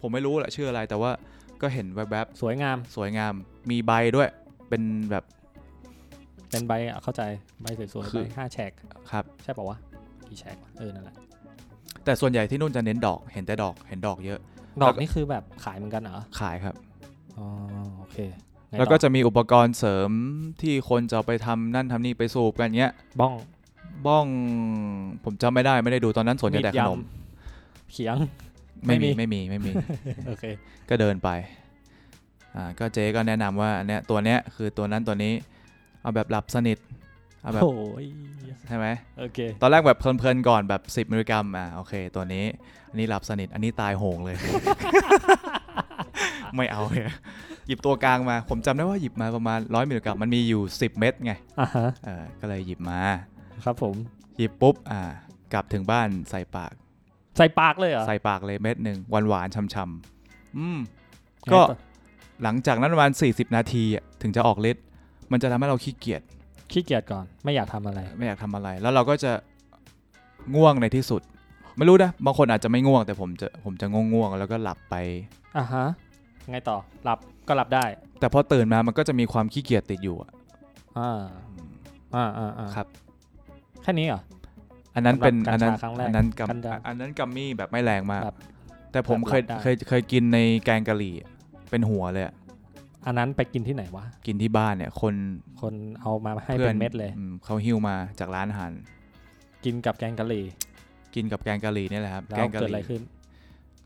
S2: ผมไม่รู้แหละชื่ออะไร แต่ว่าก็เห็นแวบ
S1: สวยงาม
S2: ๆสวยงาม มีใบด้วย เป็นแบบ
S1: เป็นใบอ่ะเข้าใจใบสวยๆ
S2: คื
S1: ใบ
S2: อ
S1: ห้าแฉก
S2: ครับ
S1: ใช่ป่าวะกี่แฉกวะเออนั่นแหละ
S2: แต่ส่วนใหญ่ที่นู่นจะเน้นดอก เห็นแต่ดอก เห็นดอกเยอะ
S1: ดอกนี่คือแบบขายเหมือนกันเหรอ
S2: ขายครับ
S1: อ๋อโอเคไงต่อ
S2: แล้วก็จะมีอุปกรณ์เสริมที่คนจะเอาไปทำนั่นทำนี่ไปสูบกันเงี้ย
S1: บ้อง
S2: บ้อง ผมจำไม่ได้ไม่ได้ดูตอนนั้นสนใจแต่ขนม
S1: ดยำเขียง ไม่
S2: ไม่
S1: มี
S2: มีไม่มีไม่มี
S1: โอเค
S2: ก็เดินไป อ่าก็เจ๊ก็แนะนำว่าอันเนี้ยตัวเนี้ยคือตัวนั้นตัวนี้ เอาแบบหลับสนิท เอาแบบ
S1: โอ้ย
S2: ใช่ไหม
S1: โอเค
S2: ตอนแรกแบบเพลินๆก่อนแบบ 10มิลลิกรัมอ่าโอเค ตัวนี้ อันนี้หลับสนิท อันนี้ตายโหงเลย ไม่เอาเลยหยิบตัวกลางมา ผมจำได้ว่าหยิบมาประมาณ100มิลลิกรัมมันมีอยู่ 10 เม็ดไง
S1: อ่ะฮะ
S2: เออก็เลยหยิบมา
S1: ครับผม
S2: หยิบปุ๊บอ่ากลับถึงบ้านใส่ปาก
S1: ใส่ปากเลยเหรอ
S2: ใส่ปากเลยเม็ดหนึ่งหวานๆช่ำๆอืม
S1: ไง
S2: ก็
S1: ต่อ
S2: หลังจากนั้นประมาณ 40 นาทีอะถึงจะออกฤทธิ์มันจะทำให้เราขี้เกียจ
S1: ขี้เกียจก่อนไม่อยากทำอะไร
S2: ไม่อยากทำอะไร แล้วเราก็จะง่วงในที่สุด ไม่รู้นะ บางคนอาจจะไม่ง่วงแต่ผมจะผมจะง่วงๆแล้วก็หลับไป
S1: อ่ะฮะ ไงต่อ หลับก็หลับได้
S2: แต่พอตื่นมามันก็จะมีความขี้เกียจติดอยู่อะ
S1: อ่า
S2: อืม
S1: อ่าอ่าอ่า
S2: ครับ
S1: แค่นี้เหรอ
S2: อันนั้นเป็น
S1: สำหรับ
S2: อันนั้น
S1: กัญชาครั้งแรกกั
S2: อันนั้น
S1: ญ
S2: กำ
S1: ชา
S2: อันนั้นกัมมี่แบบไม่แรงมาก
S1: แบบ
S2: แต่ผมเคย
S1: แบบหลับได้
S2: เคยเคยกินในแกงกะหรี่อะเป็นหัวเลยอะ
S1: อันนั้นไปกินที่ไหนวะ
S2: กินที่บ้านเนี่ย คน
S1: คนเอามาให้
S2: พื่
S1: เป็นเม็ดเลย
S2: อืมเขาหิ้วมาจากร้านอาหาร
S1: กินกับแกงกะหรี่
S2: กินกับแกงกะหรี่เนี่ยแหละครับ
S1: แล้ว
S2: แกงกะ
S1: เกิด
S2: ห
S1: อะไร
S2: รี่
S1: ขึ้น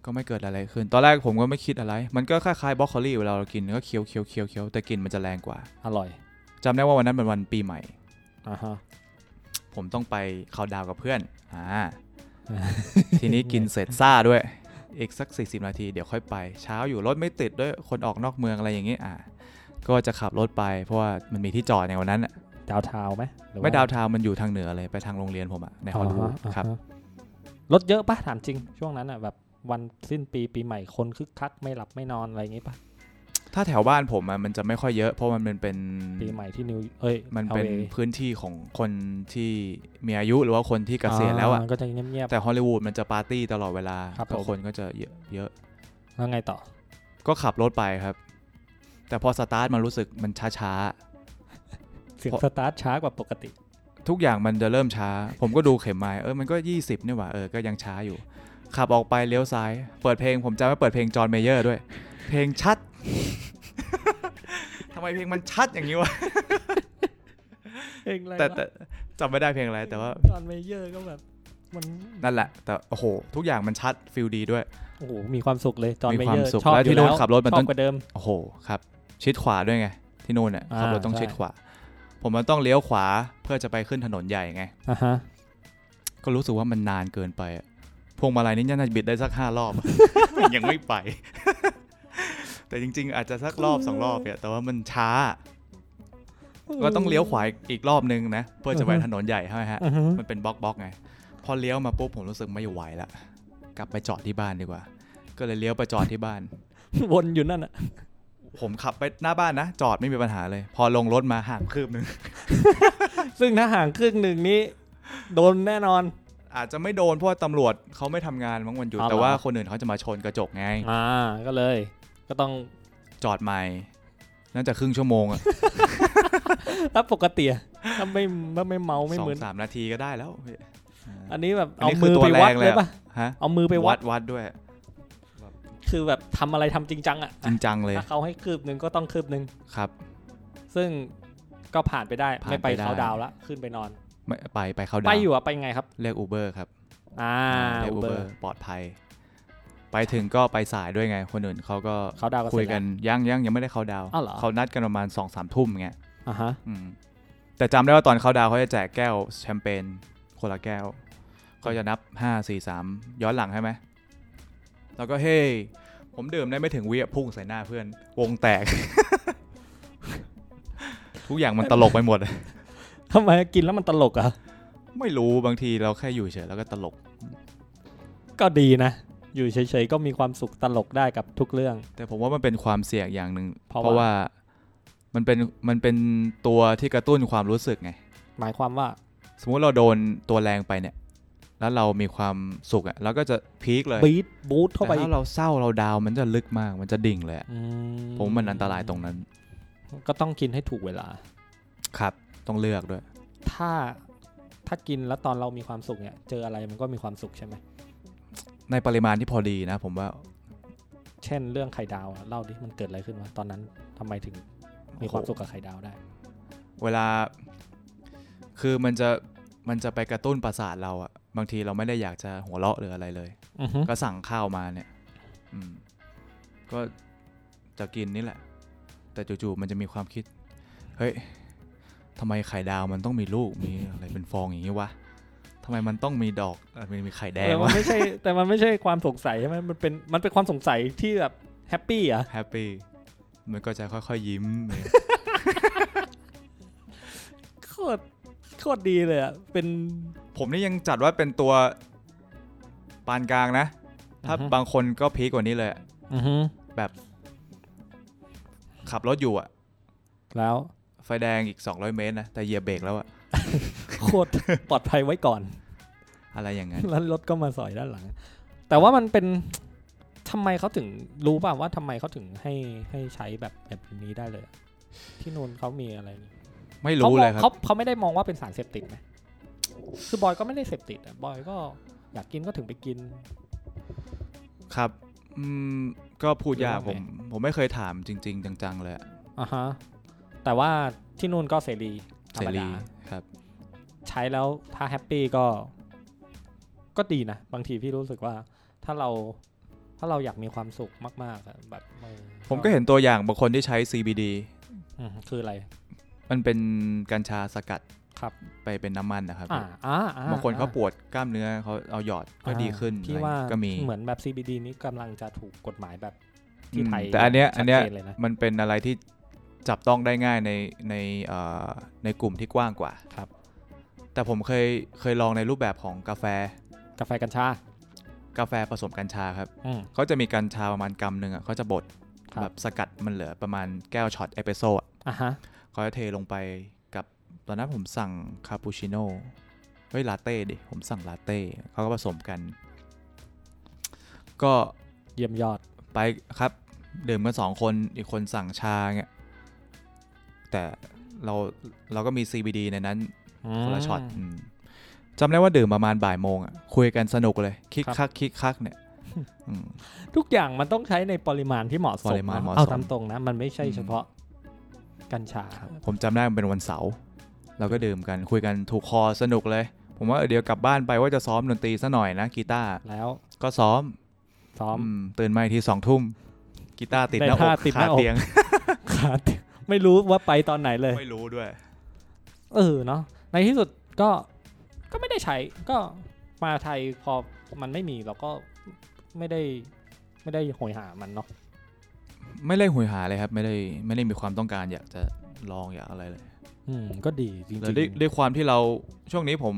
S2: ก็ไม่เกิดอะไรขึ้น ตอนแรกผมก็ไม่คิดอะไร มันก็คล้ายๆบล็อกโคลี่เวลาเรากินก็เคี้ยวเคี้ยวเคี้ยวเคี้ยวแต่กลิ่นมันจะแรงกว่า
S1: อร่อย
S2: จำได้ว่าวันนั้นเป็นวันปีใหม่
S1: อ่าฮะ
S2: ผมต้องไปเขาน์ดาวน์กับเพื่อน อ่า
S1: อ่า
S2: ทีนี้กินเสร็จซ่าด้วย อีกสัก 40 นาทีเดี๋ยวค่อยไป เช้าอยู่รถไม่ติดด้วยคนออกนอกเมืองอะไรอย่างนี้ อ่า ก็จะขับรถไป เพราะว่ามันมีที่จอดในวันนั้นอะ
S1: ดาวเทาวน์ไหมหรือ
S2: ไม่ดาวน์ทาวน์มันอยู่ทางเหนือเลยไปทางโรงเรียนผมอะในฮอลลูด
S1: อ่าฮะ
S2: ครับ
S1: อ่าฮะรถเยอะปะถามจริง ช่วงนั้นอ่ะแบบวันสิ้นปีปีใหม่คนคึกคักไม่หลับไม่นอนอะไรอย่างงี้ปะ
S2: ถ้าแถวบ้านผมอะมันจะไม่ค่อยเยอะ เพราะมันเป็น
S1: ปีใหม่ที่นิว เอ้ย
S2: มันเป็น
S1: LA
S2: พื้นที่ของคนที่มีอายุหรือว่าคนที่เกษียณแล้วอ่ะ
S1: าก็จะเงียบเงียบ
S2: แต่ฮอลลีวูดมันจะปาร์ตี้ตลอดเวลา
S1: ครับผม
S2: ก็คนก็จะเยอะเยอะ
S1: ๆแล้วไงต่อ
S2: ก็ขับรถไปครับ แต่พอสตาร์ทมันรู้สึกมันช้า
S1: เสียงสตาร์ทช้ากว่าปกติ
S2: ๆ ทุกอย่างมันจะเริ่มช้า ผมก็ดูเข็มไม้เออมันก็ 20นี่หว่าเออก็ยังช้าอยู่ ขับออกไปเลี้ยวซ้าย เปิดเพลงผมจำว่าเปิดเพลงจอห์นเมเยอร์ด้วย เพลงชัด ทำไมเพลงมันชัดอย่างนี้วะ
S1: เองไร
S2: แต่แต่จำไม่ได้เพลงอะไรแต่ว่า
S1: อนเมเยอร์ก็แบบ มัน
S2: นั่นแหละ แต่โอ้โห ทุกอย่างมันชัดฟิลดีด้วย
S1: โอ้โห มีความสุขเลยจอห์น
S2: มี
S1: เม
S2: ความ
S1: เยอร์
S2: สุข
S1: ชอบ
S2: และ
S1: อยู่
S2: ที่โน่
S1: แล้
S2: น
S1: ว
S2: ขับรถมัน
S1: ชอ
S2: ต้
S1: บ
S2: อง
S1: กว่าเดิม
S2: โอ้โหครับชิดขวาด้วยไง ที่นู่นน่ะ
S1: อ่า
S2: ขับรถต้อง
S1: ใช่
S2: ชิดขวา ผมมันต้องเลี้ยวขวาเพื่อจะไปขึ้นถนนใหญ่ไง
S1: อ่ะฮะ
S2: ก็รู้สึกว่ามันนานเกินไปอะพวงมาลัยนี่น่าจะบิด ได้สักห้ารอบ ยังไม่ไป แต่จริง ๆ อาจจะสักรอบสองรอบเนี่ยแต่ว่ามันช้า ก็ต้องเลี้ยวขวาอีกรอบนึงนะเพื่อจะไป
S1: อือฮึ
S2: ถนนใหญ่ใช่ไหมฮะ
S1: อือฮึ
S2: มันเป็นบล็อกบล็อกๆไง พอเลี้ยวมาปุ๊บผมรู้สึกไม่ไหวละกลับไปจอดที่บ้านดีกว่า ก็เลยเลี้ยวไปจอดที่บ้าน
S1: วนอยู่นั่นอ่ะ
S2: ผมขับไปหน้าบ้านนะ จอดไม่มีปัญหาเลย พอลงรถมาห่างคืบหนึง
S1: ซึ่งถ้าห่างครึ่งหนึ่งนี้ โดนแน่นอน
S2: อาจจะไม่โดนเพราะว่าตำรวจเขาไม่ทำงานมั้งวันหยุด
S1: อ๋อเหรอ
S2: แต่ว่าคนอื่นเขาจะมาชนกระจกไง
S1: อ่า ก็เลย ก็ต้อง
S2: จอดใหม่น่าจะครึ่งชั่วโมงอะ
S1: ถ้าปกติอะถ้าไม่ถ้าไม่เมาไม่
S2: สอ
S1: เห
S2: ง
S1: มือน
S2: สามนาทีก็ได้แล้ว
S1: อันนี้แบบ
S2: น
S1: เอา
S2: นี้
S1: มือ
S2: ตัว
S1: ไปวัด
S2: แรง
S1: เลย
S2: อะ
S1: ปะ
S2: ฮะ
S1: เอามือไปวัด
S2: วัดด้วย
S1: คือแบบทำอะไรทำจริงจังอ่ะ
S2: จริงจังเลย
S1: ถ้าเขาให้คืบหนึ่งก็ต้องคืบหนึ่ง
S2: ครับ
S1: ซึ่งก็ผ่านไปได้
S2: ผ่าน
S1: ไม่ไป
S2: ไปได้
S1: เขาน์ดาวน์ละ ขึ้นไปนอน
S2: ไม่ไปไปเขาดา
S1: ไป
S2: ว
S1: อยู่อะไปไงครับ
S2: เรียกอูเบอร์ครับ
S1: อ่า
S2: เรียก
S1: อู
S2: อู
S1: เบ
S2: เบ
S1: อ
S2: อ
S1: ร์
S2: ร์ปลอดภัย ไปถึงก็ไปสายด้วยไง คนอื่นเขาก็
S1: เขาดาวกัน
S2: คุ
S1: เส
S2: ย
S1: ร็จ
S2: กั
S1: แล้ว
S2: นยังยังยังไม่ได้เขาดาว
S1: อ้าวเหรอ
S2: เขานัดกันประมาณสองสามทุ่มเงี้ย
S1: อ่าฮะ
S2: อืมแต่จำได้ว่าตอนเขาดาวเขาจะแจกแก้วแชมเปญคนละแก้ว ก็จะนับห้าสี่สามย้อนหลังใช่ไหมแล้วก็เฮ้ยผมดื่มได้ไม่ถึงวิอะพุ่งใส่หน้าเพื่อน วงแตก ทุกอย่างมันตลกไปหมด
S1: ทำไมกินแล้วมันตลกเหรอ่ะ
S2: ไม่รู้บางทีเราแค่อยู่เฉยแล้วก็ตลก
S1: ก็ดีนะ อยู่เฉยๆก็มีความสุขตลกได้กับทุกเรื่อง
S2: แต่ผมว่ามันเป็นความเสี่ยงอย่างหนึ่ง
S1: เพราะว่า
S2: เพราะว่ามันเป็นมันเป็นตัวที่กระตุ้นความรู้สึกไง
S1: หมายความว่า
S2: สมมุติเราโดนตัวแรงไปเนี่ย แล้วเรามีความสุขอะ่ะเราก็จะพีคเลย
S1: บีทบูทเข้าไป
S2: แต่ถ้าเราเศร้าเราดาวน์มันจะลึกมากมันจะดิ่งเลยอะ
S1: อื
S2: ผมว่ามันอันตรายตรงนั้น
S1: ก็ต้องกินให้ถูกเวลา
S2: ครับ ต้องเลือกด้วย
S1: ถ้าถ้ากินแล้วตอนเรามีความสุขเนี่ย เจออะไรมันก็มีความสุขใช่ไหม
S2: ในปริมาณที่พอดีนะ ผมว่า
S1: เช่นเรื่องไข่ดาวอะเล่าดิมันเกิดอะไรขึ้นวะตอนนั้นทำไมถึงมี
S2: มี
S1: ความสุขกับไข่ดาวได้
S2: เวลา คือมันจะมันจะไปกระตุ้นประสาทเราอะบางทีเราไม่ได้อยากจะหัวเราะหรืออะไรเลย
S1: อือฮึ
S2: ก็สั่งข้าวมาเนี่ย อืม ก็จะกินนี่แหละ แต่จู่ๆมันจะมีความคิด เฮ้ยทำไมไข่ดาวมันต้องมีลูก มีอะไรเป็นฟองอย่างนี้วะทำไมมันต้องมีดอกเอ่อมีมีไข่แดง
S1: แต่มั
S2: วะ
S1: นไม่ใช่ แต่มันไม่ใช่ความสงสัยใช่ไหมมันเป็นมันเป็นความสงสัยที่แบบแฮปปี้อ่ะ
S2: แฮปปี้ มันก็จะค่อยๆยิ้ม
S1: โคตรโคตรดีเลยอ่ะเป็น
S2: ผมนี่ยังจัดว่าเป็นตัวปานกลางนะ ถ้า
S1: อือฮึ
S2: บางคนก็พีกกว่านี้เลยอะ
S1: อือฮึ
S2: ขับรถอยู่อะ
S1: แล้ว
S2: ไฟแดงอีก 200 เมตรนะ แต่เหยียบเบรกแล้วอะ
S1: โคตร ปลอดภัยไว้ก่อน
S2: อะไรอย่างนั้น
S1: แล้วรถก็มาสอยด้านหลัง แต่ว่ามันเป็นทำไมเขาถึงรู้ป่ะว่าทำไมเขาถึงให้ให้ใช้แบบแบบนี้ได้เลยอะที่นู่นเขามีอะไรนี่
S2: ไม่
S1: เขา
S2: รู้
S1: ม
S2: เล
S1: อง
S2: ยครับ
S1: เขาเขาไม่ได้มองว่าเป็นสารเสพติดไหมคือบอยก็ไม่ได้เสพติดอ่ะ บอยก็อยากกินก็ถึงไปกิน
S2: ครับ อืม ก็พูดยาก
S1: หรือว่า
S2: ผ
S1: ไง
S2: ม ผมไม่เคยถามจริง ๆ จังๆ เลยอะ
S1: อ่ะฮะ แต่ว่าที่นู่นก็เสรีธร
S2: เส
S1: รม
S2: รี
S1: ดา
S2: ครับ
S1: ใช้แล้วถ้าแฮปปี้ก็ ก็ดีนะ บางทีพี่รู้สึกว่า ถ้าเรา ถ้าเราอยากมีความสุขมากๆอะแบบไ
S2: ผมก็เห็นตัวอย่างบางคนที่ใช้ CBD
S1: อืมคืออะไร
S2: มันเป็นกัญชาสกัด
S1: ครับ
S2: ไปเป็นน้ำมันนะครับ
S1: อ่าอ่าอ่
S2: บางคนเขาปวดกล้ามเนื้อเขาเอาหยอดก็ดีขึ้น
S1: พี่
S2: อะไร
S1: ว่า
S2: ก็มี
S1: เหมือนแบบ CBD นี้กำลังจะถูกกฎหมายแบบที่
S2: อืม
S1: ไทย
S2: แต่อันเนี้ยอันเนี้ย
S1: ชัดจเลยนะ
S2: มันเป็นอะไรที่จับต้องได้ง่ายในในเอ่อในกลุ่มที่กว้างกว่า
S1: ครับ
S2: แต่ผมเคยเคยลองในรูปแบบของกาแฟ
S1: กาแฟกัญชาก
S2: าแฟผสมกัญชาครับ
S1: อืม
S2: เขาจะมีกัญชาประมาณกำหนึ่งอ่ะเขาจะบด
S1: ครับ
S2: แบบสกัดมันเหลือประมาณแก้วช็อตเอสเปรสโซ่อะ
S1: อ่ะฮะ
S2: เขาจะเทลงไปกับตอนนั้นผมสั่งคาปูชิโน่เฮ้ยลาเต้ดิ ผมสั่งลาเต้เขาก็ผสมกัน ก็
S1: เยี่ยมยอด
S2: ไปครับดื่มกันสองคนอีกคนสั่งชาเงี้ยแต่เราเราก็มี CBD ในนั้นคนละช็อตอืมจำได้ว่าดื่มประมาณบ่ายโมงอ่ะคุยกันสนุกเลยคิก
S1: ครับ
S2: คักคิกคัก เนี่ยอืม
S1: ทุกอย่างมันต้องใช้ในปริมาณที่เหมาะสม
S2: ปริมาณ
S1: นะ
S2: เหมาะสม
S1: เอาตามตรงนะ มันไม่ใช่
S2: อืม
S1: เฉพาะกัญชา
S2: ผมจำได้มันเป็นวันเสาร์เราก็ดื่มกันคุยกันถูกคอสนุกเลย ผมว่าเออเดี๋ยวกลับบ้านไปว่าจะซ้อมดนตรีซะหน่อยนะกีตาร์
S1: แล้ว
S2: ก็ซ้อม
S1: ซ้อม
S2: อืมตื่นมาอีกทีสองทุ่มกีตาร์ติดหน้า
S1: ได้
S2: อ
S1: ท่าก ติดห
S2: คา
S1: น้าอก
S2: เตียง
S1: ขาด ไม่รู้ว่าไปตอนไหนเลย
S2: ไม่รู้ด้วย
S1: เออเนาะในที่สุดก็ก็ไม่ได้ใช้ก็มาไทยพอมันไม่มีเราก็ไม่ได้ไม่ได้โหยหามันเนาะ
S2: ไม่ได้หุยหาเลยครับ ไม่ได้ไม่ได้มีความต้องการอยากจะลองอยากอะไรเลย
S1: อืมก็ดีจริง
S2: แล้วด้วยด้วยความที่เราช่วงนี้ผม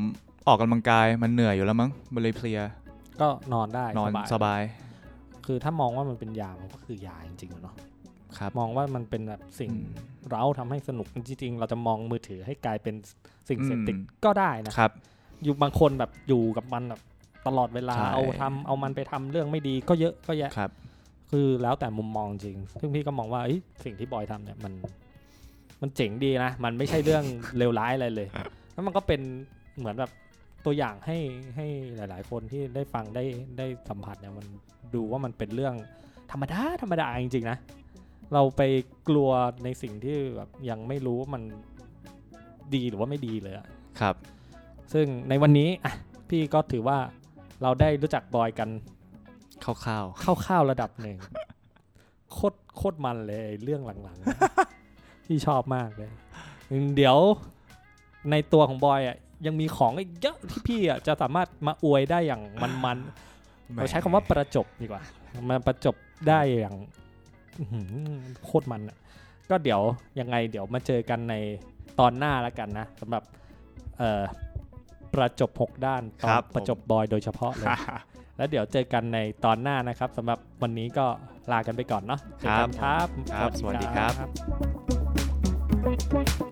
S2: ออกกำลังกายมันเหนื่อยอยู่แล้วมั้งมันเลยเพลีย
S1: ๆก็นอนได้
S2: นอนสบาย
S1: คือถ้ามองว่ามันเป็นยามันก็คือยาจริงๆเนาะ
S2: ครับ
S1: มองว่ามันเป็นแบบสิ่ง
S2: อืม
S1: เราทำให้สนุกจริงๆ เราจะมองมือถือให้กลายเป็นสิ่ง
S2: อืม
S1: เสพติดก็ได้นะครับ อยู่บางคนแบบอยู่กับมันแบบตลอดเวลา
S2: ใช่
S1: เอาทำเอามันไปทำเรื่องไม่ดีก็เยอะก็แยะ
S2: ครับ
S1: คือแล้วแต่มุมมองจริง ซึ่งพี่ก็มองว่าเอ้ยสิ่งที่บอยทำเนี่ยมัน มันเจ๋งดีนะ มันไม่ใช่เรื่อง เลวร้ายอะไรเลย แล้วมันก็เป็นเหมือนแบบตัวอย่างให้ให้หลาย ๆ คนที่ได้ฟังได้ได้สัมผัสเนี่ยมันดูว่ามันเป็นเรื่องธรรมดาธรรมดาจริง ๆ นะ เราไปกลัวในสิ่งที่แบบยังไม่รู้ว่ามันดีหรือว่าไม่ดีเลยอะ
S2: ครับ
S1: ซึ่งในวันนี้อ่ะพี่ก็ถือว่า เราได้รู้จักบอยกัน
S2: คร่าว
S1: คร่าวๆระดับหนึ่ง โคตรโคตรมันเลยเรื่องหลังๆ ที่ชอบมากเลย เดี๋ยวในตัวของบอยอ่ะยังมีของอีกเยอะที่พี่อ่ะจะสามารถมาอวยได้อย่างมันๆ
S2: ๆ
S1: เราใช้คำว่าประจบดีกว่า มันประจบได้อย่างอื้อหือโคตรมันอะก็เดี๋ยวยังไงเดี๋ยวมาเจอกันในตอนหน้าแล้วกันนะสำหรับเอ่อประจบ 6 ด้านต
S2: ค
S1: อน
S2: รับ
S1: ประจบบอยโดยเฉพาะ เลย แล้วเดี๋ยวเจอกันในตอนหน้านะครับสำหรับวันนี้ก็ลากันไปก่อนเนาะเจอกัน
S2: ครับผมครับสวัสดีครับ
S1: บ